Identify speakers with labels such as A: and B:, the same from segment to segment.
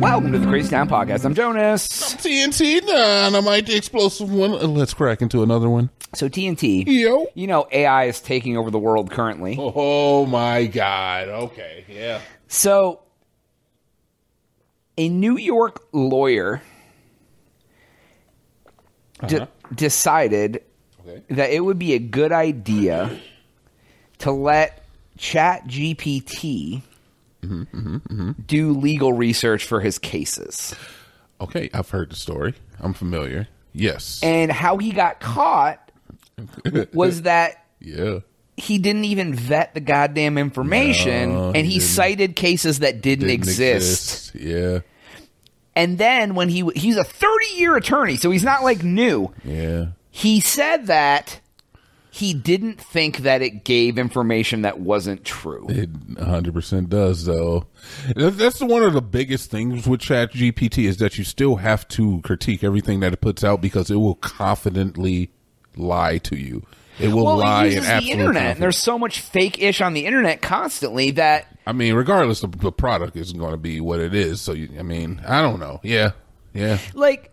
A: welcome to the Crazy Town Podcast. I'm Jonas.
B: TNT dynamite, the explosive one. Uh, Let's crack into another one.
A: So TNT,
B: Yo.
A: you know AI is taking over the world currently.
B: Oh my God. Okay. Yeah.
A: So, a New York lawyer de- decided
B: Okay.
A: that it would be a good idea to let ChatGPT do legal research for his cases.
B: Okay. I've heard the story. I'm familiar. Yes.
A: And how he got caught was that
B: yeah.
A: he didn't even vet the goddamn information
B: No,
A: and
B: he
A: he,
B: didn't.
A: cited cases that didn't,
B: Didn't exist.
A: exist.
B: Yeah.
A: And then when he he's a 30 year attorney, so he's not like new.
B: Yeah.
A: He said that he didn't think that it gave information that wasn't true.
B: It 100% does, though. That- That's one of the biggest things with ChatGPT is that you still have to critique everything that it puts out because it will confidently lie to you. It will
A: Well,
B: lie
A: it
B: in
A: uses the
B: absolute
A: internet, and
B: confidence.
A: there's so much fake ish on the internet constantly that
B: I mean, regardless, the, the product isn't going to be what it is. So, you, I mean, I don't know. Yeah. Yeah.
A: like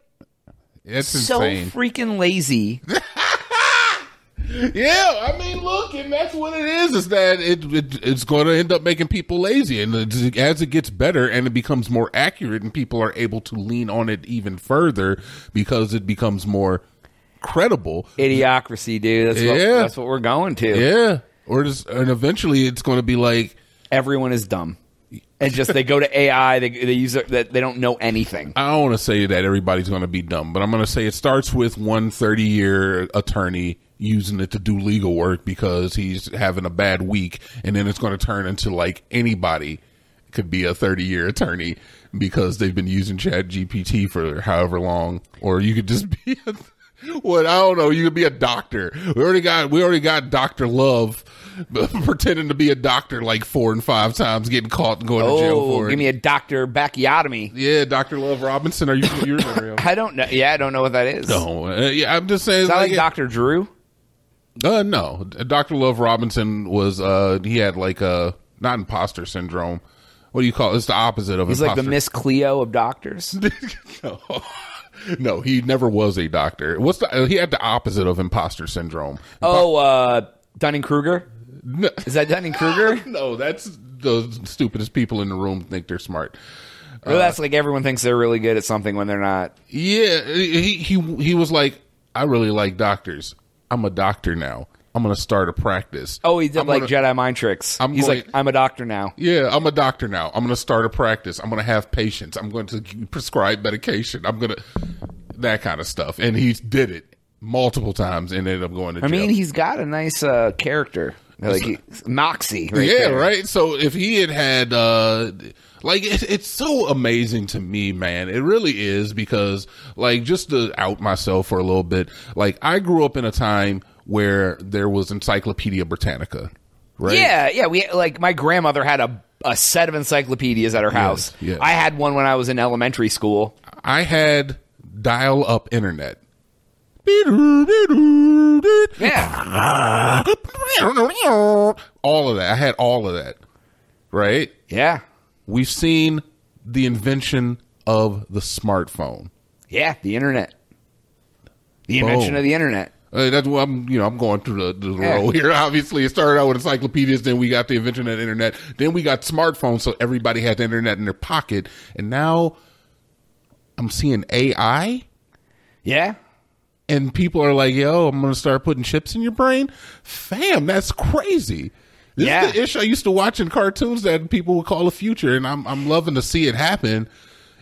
B: It's
A: so
B: insane.
A: freaking lazy.
B: Yeah, I mean, look, and that's what it is. Is that it? it it's going to end up making people lazy, and it's- as it gets better and it becomes more accurate, and people are able to lean on it even further because it becomes more credible.
A: Idiocracy, dude. That's, what,
B: Yeah.
A: that's what we're going to.
B: Yeah, or just and eventually it's going to be like,
A: Everyone is dumb. And just they go to AI, they, they use it, that they don't know anything.
B: I don't want to say that everybody's going to be dumb, but I'm going to say it starts with one 30 year attorney using it to do legal work because he's having a bad week. And then it's going to turn into like anybody could be a 30 year attorney because they've been using Chat GPT for however long. Or you could just be a. What I don't know, you could be a doctor. We already got we already got Doctor Love pretending to be a doctor like four and five times, getting caught and going to jail
A: Oh,
B: for
A: give
B: it.
A: me a doctor bacchiotomy.
B: yeah, Doctor Love Robinson, are you you remember him?
A: I don't know. Yeah, I don't know what that is. Is
B: No, uh, yeah, I'm just saying.
A: that
B: Like,
A: like Dr. Drew?
B: uh, no, Doctor Love Robinson was uh, he had like a not imposter syndrome. What do you call it? It's the opposite of
A: He's like
B: imposter.
A: the Miss Cleo of doctors.
B: no. no, he never was a doctor. What's the? uh, He had the opposite of imposter syndrome.
A: Oh, uh, Dunning Kruger?
B: No, Uh,
A: Is that Dunning Kruger?
B: no, that's the stupidest people in the room think they're smart.
A: that's like everyone thinks they're really good at something when they're not.
B: Yeah, he he he was like, I really like doctors. I'm a doctor now. I'm gonna start a practice.
A: Oh, he did
B: I'm
A: like
B: gonna-
A: Jedi mind tricks.
B: I'm
A: He's
B: going-
A: like, I'm a doctor now.
B: Yeah, I'm a doctor now. I'm going to start a practice. I'm going to have patients. I'm going to g- prescribe medication. I'm going to that kind of stuff. And he did it multiple times and ended up going to jail.
A: I mean, he's got a nice uh, character. Like, he, Moxie, right?
B: yeah,
A: there.
B: right. So if he had had uh like it, it's so amazing to me, man. It really is because like just to out myself for a little bit, like I grew up in a time where there was Encyclopedia Britannica, right?
A: Yeah, yeah. We like my grandmother had a a set of encyclopedias at her house.
B: yes.
A: I had one when I was in elementary school.
B: I had dial up internet. All
A: Yeah,
B: of that. I had all of that. Right?
A: yeah,
B: We've seen the invention of the smartphone.
A: yeah. The internet, the invention
B: Boom.
A: of the internet.
B: Uh, that's what I'm, you know, I'm going through the, the
A: Yeah.
B: row here. Obviously, it started out with encyclopedias, then we got the invention of the internet, then we got smartphones, so everybody had the internet in their pocket, and now I'm seeing AI.
A: Yeah,
B: and people are like, "Yo, I'm gonna start putting chips in your brain." Fam, that's crazy. This
A: Yeah.
B: is the ish I used to watch in cartoons that people would call the future, and I'm I'm loving to see it happen.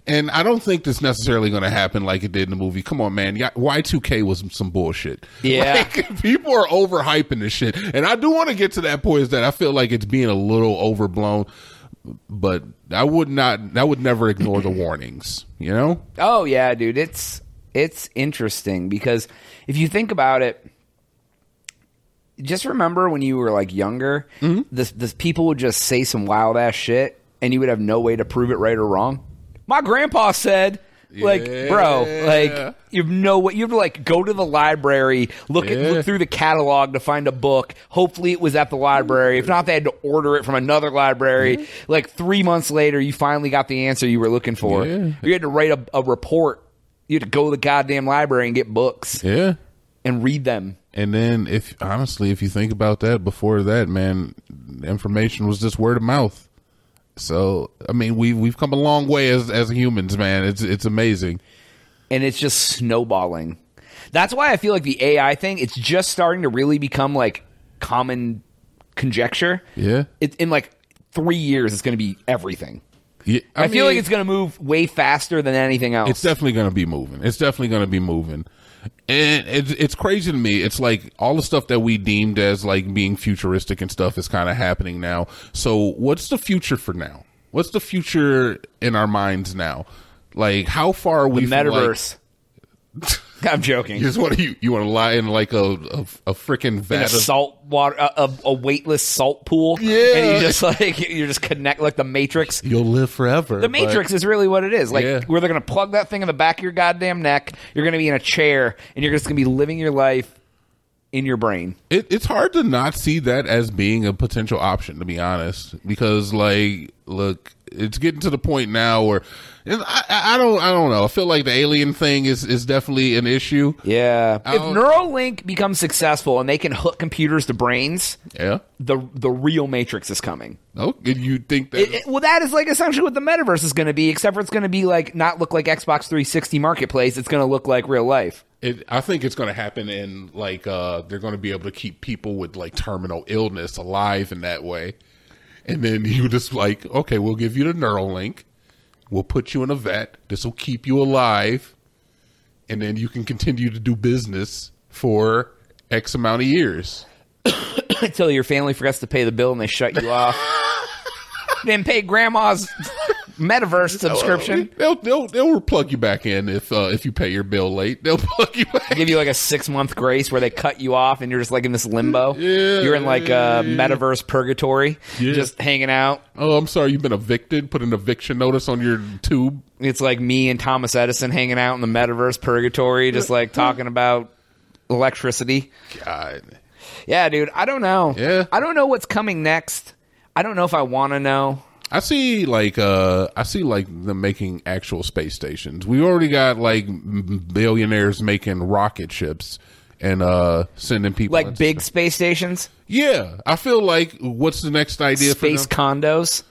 B: And I don't think this necessarily going to happen like it did in the movie. Come on, man. Y- Y2K was some bullshit.
A: Yeah.
B: Like, people are overhyping this shit. And I do want to get to that point is that I feel like it's being a little overblown, but I would not, I would never ignore the warnings, you know?
A: Oh yeah, dude, it's it's interesting because if you think about it, just remember when you were like younger,
B: Mm-hmm.
A: this this people would just say some wild ass shit, and you would have no way to prove it right or wrong. My grandpa said, Like, bro,
B: Yeah.
A: like you know what you have to like go to the library, look at
B: Yeah.
A: look through the catalog to find a book. Hopefully it was at the library. If not, they had to order it from another library. Like three months later you finally got the answer you were looking for.
B: Yeah.
A: You had to write a, a report. You had to go to the goddamn library and get books
B: Yeah.
A: and read them.
B: And then, if honestly, if you think about that, before that, man, information was just word of mouth. So, I mean, we we've come a long way as as humans, man. It's it's amazing.
A: and it's just snowballing. That's why I feel like the AI thing, it's just starting to really become like common conjecture.
B: Yeah.
A: It, in like three years, it's going to be everything.
B: Yeah,
A: I, feel
B: mean-
A: like it's going to move way faster than anything else.
B: It's definitely going to be moving. It's definitely going to be moving. And it's, it's crazy to me. It's like all the stuff that we deemed as like being futuristic and stuff is kind of happening now. So what's the future for now? What's the future in our minds now? Like how far are we from, like-
A: Metaverse. I'm joking.
B: you just want to you, you want to lie in like a a, a freaking
A: In a
B: vat of
A: salt water, a, a, a weightless salt pool.
B: Yeah.
A: And you just like, you just connect like the Matrix.
B: You'll live forever.
A: The Matrix is really what it is. Like
B: Yeah.
A: where they're going to plug that thing in the back of your goddamn neck. You're going to be in a chair, and you're just going to be living your life in your brain.
B: It, it's hard to not see that as being a potential option, to be honest, because like, look, it's getting to the point now where and I, I I don't, I don't know. I feel like the alien thing is is definitely an issue.
A: Yeah. If
B: don't-
A: Neuralink becomes successful and they can hook computers to brains,
B: Yeah.
A: the the real Matrix is coming.
B: Oh, and you think that?
A: It- it- well, that is like essentially what the metaverse is going to be, except for it's going to be like not look like Xbox 360 Marketplace. It's going to look like real life.
B: it, I think it's going to happen in like uh they're going to be able to keep people with like terminal illness alive in that way, and then you just like okay, we'll give you the Neuralink, we'll put you in a vet. This will keep you alive, and then you can continue to do business for X amount of years.
A: Until your family forgets to pay the bill and they shut you off. then pay grandma's metaverse subscription.
B: They'll they'll they'll plug you back in if uh, if you pay your bill late. They'll plug you back.
A: Give you like a six month grace where they cut you off and you're just like in this limbo.
B: Yeah.
A: You're in like a metaverse purgatory,
B: Yeah.
A: just hanging out.
B: Oh, I'm sorry, you've been evicted. Put an eviction notice on your tube.
A: it's like me and Thomas Edison hanging out in the metaverse purgatory, just like talking about electricity.
B: God.
A: Yeah, dude. I don't know.
B: Yeah.
A: I don't know what's coming next. I don't know if I want to know.
B: I see like uh I see like them making actual space stations. We already got like m- billionaires making rocket ships and uh sending people
A: Like
B: into-
A: big space stations,
B: Yeah, I feel like what's the next idea
A: space
B: for them?
A: condos.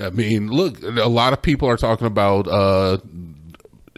B: I mean, look, a lot of people are talking about uh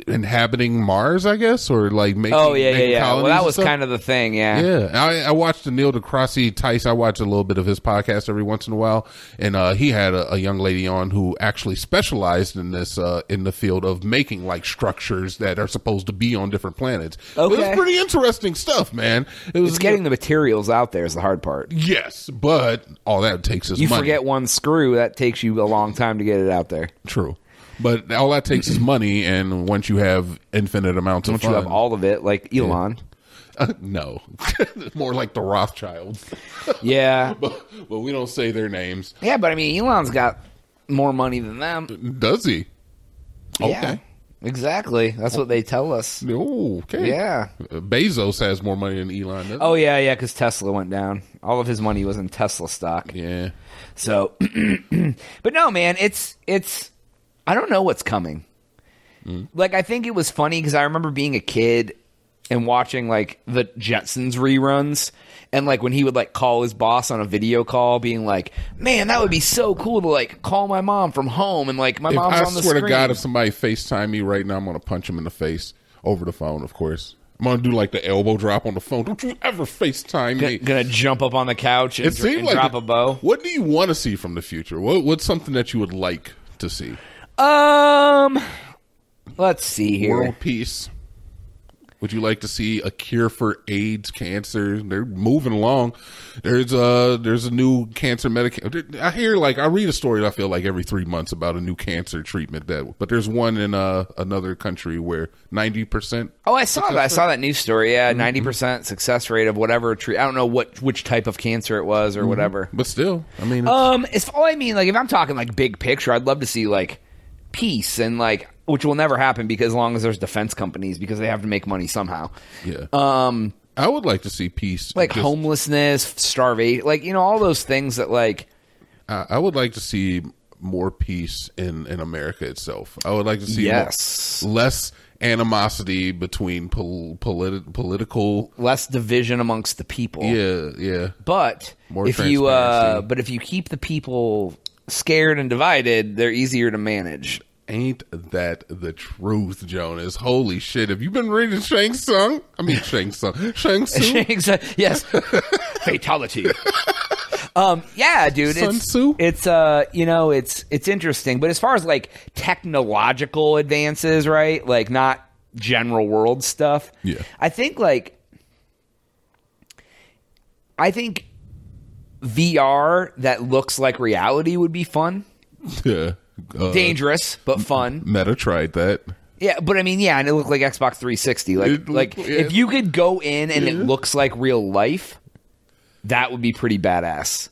B: inhabiting Mars, I guess, or like making
A: Oh yeah, yeah,
B: making
A: yeah. Well,
B: colonies
A: that
B: and
A: was
B: stuff.
A: kind of the thing. Yeah.
B: Yeah, I, I watched the Neil deGrasse Tyson. I watch a little bit of his podcast every once in a while, and uh, he had a, a young lady on who actually specialized in this uh, in the field of making like structures that are supposed to be on different planets. it
A: Okay.
B: was pretty interesting stuff, man. It was
A: It's getting the materials out there is the hard part.
B: yes, but all that takes is
A: You
B: money.
A: forget one screw, that takes you a long time to get it out there.
B: True, but all that takes is money, and once you have infinite amounts
A: Once
B: of
A: you
B: funds,
A: have all of it, like Elon.
B: no, more like the Rothschilds.
A: Yeah.
B: but, but we don't say their names.
A: Yeah, but I mean, Elon's got more money than them.
B: Does he?
A: Yeah, exactly. That's what they tell us.
B: Oh, okay.
A: Yeah.
B: Uh, Bezos has more money than Elon does.
A: Hmm. Oh yeah, yeah. Because Tesla went down. All of his money was in Tesla stock.
B: Yeah.
A: So, but no, man. It's it's. I don't know what's coming.
B: Mm.
A: Like I think it was funny because I remember being a kid and watching like the Jetsons reruns. And like when he would like call his boss on a video call, being like, "Man, that would be so cool to like call my mom from home and like my
B: If,
A: mom's
B: I
A: on the
B: swear to
A: screen."
B: God, if somebody FaceTime me right now, I'm going to punch him in the face over the phone, of course. I'm going to do like the elbow drop on the phone. Don't you ever FaceTime me.
A: gonna jump up on the couch and,
B: It
A: dr-
B: seems
A: and
B: like
A: drop a bow.
B: What do you want to see from the future? What, what's something that you would like to see?
A: Um, let's see here.
B: World peace. Would you like to see a cure for AIDS, cancer? They're moving along. There's a there's a new cancer medication. I hear like I read a story. I feel like every three months about a new cancer treatment. That but there's one in uh, another country where ninety percent.
A: Oh, I saw that. I saw that news story. Yeah,
B: Mm-hmm.
A: 90 percent success rate of whatever tree. I don't know what which type of cancer it was or
B: Mm-hmm.
A: whatever.
B: But still, I
A: Oh.
B: mean, it's-
A: Um, it's all I mean. Like, if I'm talking like big picture, I'd love to see like peace and like which will never happen because as long as there's defense companies because they have to make money somehow.
B: Yeah. Um, I would like to see peace.
A: Like
B: Just-
A: homelessness, starvation, like you know all those things that like
B: I, I would like to see more peace in in America itself. I would like to see
A: Yes.
B: more- less animosity between pol- politi- political.
A: less division amongst the people.
B: Yeah, yeah.
A: But
B: More
A: if you uh,
B: transparency.
A: but if you keep the people scared and divided, they're easier to manage.
B: Ain't that the truth, Jonas? Holy shit! Have you been reading Shang Tsung? I mean Shang Tsung. Shang Tsung.
A: Exa- yes. Fatality. Um, yeah, dude.
B: Sun
A: it's,
B: Tzu?
A: It's uh, you know, it's it's interesting. But as far as like technological advances, right? Like not general world stuff.
B: Yeah.
A: I think like I think VR that looks like reality would be fun.
B: yeah. Uh,
A: Dangerous, but fun.
B: Meta tried that.
A: Yeah, but I mean, yeah, and it looked like Xbox 360. Like,
B: It
A: like
B: looked- yeah.
A: if you could go in and it looks like real life, that would be pretty badass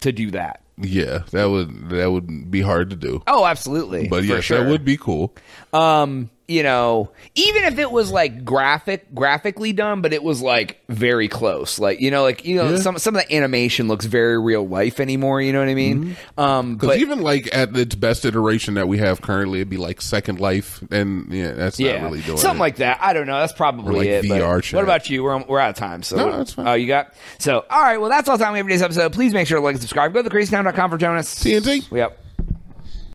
A: to do that.
B: Yeah, that would that would be hard to do.
A: Oh, absolutely.
B: But
A: for
B: yes,
A: sure.
B: that would be cool.
A: Um, you know, even if it was like graphic, graphically done, but it was like very close. Like, you know, like you know,
B: Yeah.
A: some some of the animation looks very real life anymore. You know what I mean?
B: Mm-hmm.
A: Um,
B: Because
A: but
B: even like at its best iteration that we have currently, it'd be like Second Life, and yeah, that's
A: yeah,
B: not really doing
A: something
B: it.
A: like that. I don't know. That's probably
B: like
A: it. but-
B: VR chat.
A: What about you? We're, we're out of time. So
B: No, that's fine.
A: Oh, you got so. All right. Well, that's all the time we have for today's episode. Please make sure to like and subscribe. Go to thecrazytown.com for Jonas.
B: TNT.
A: Yep.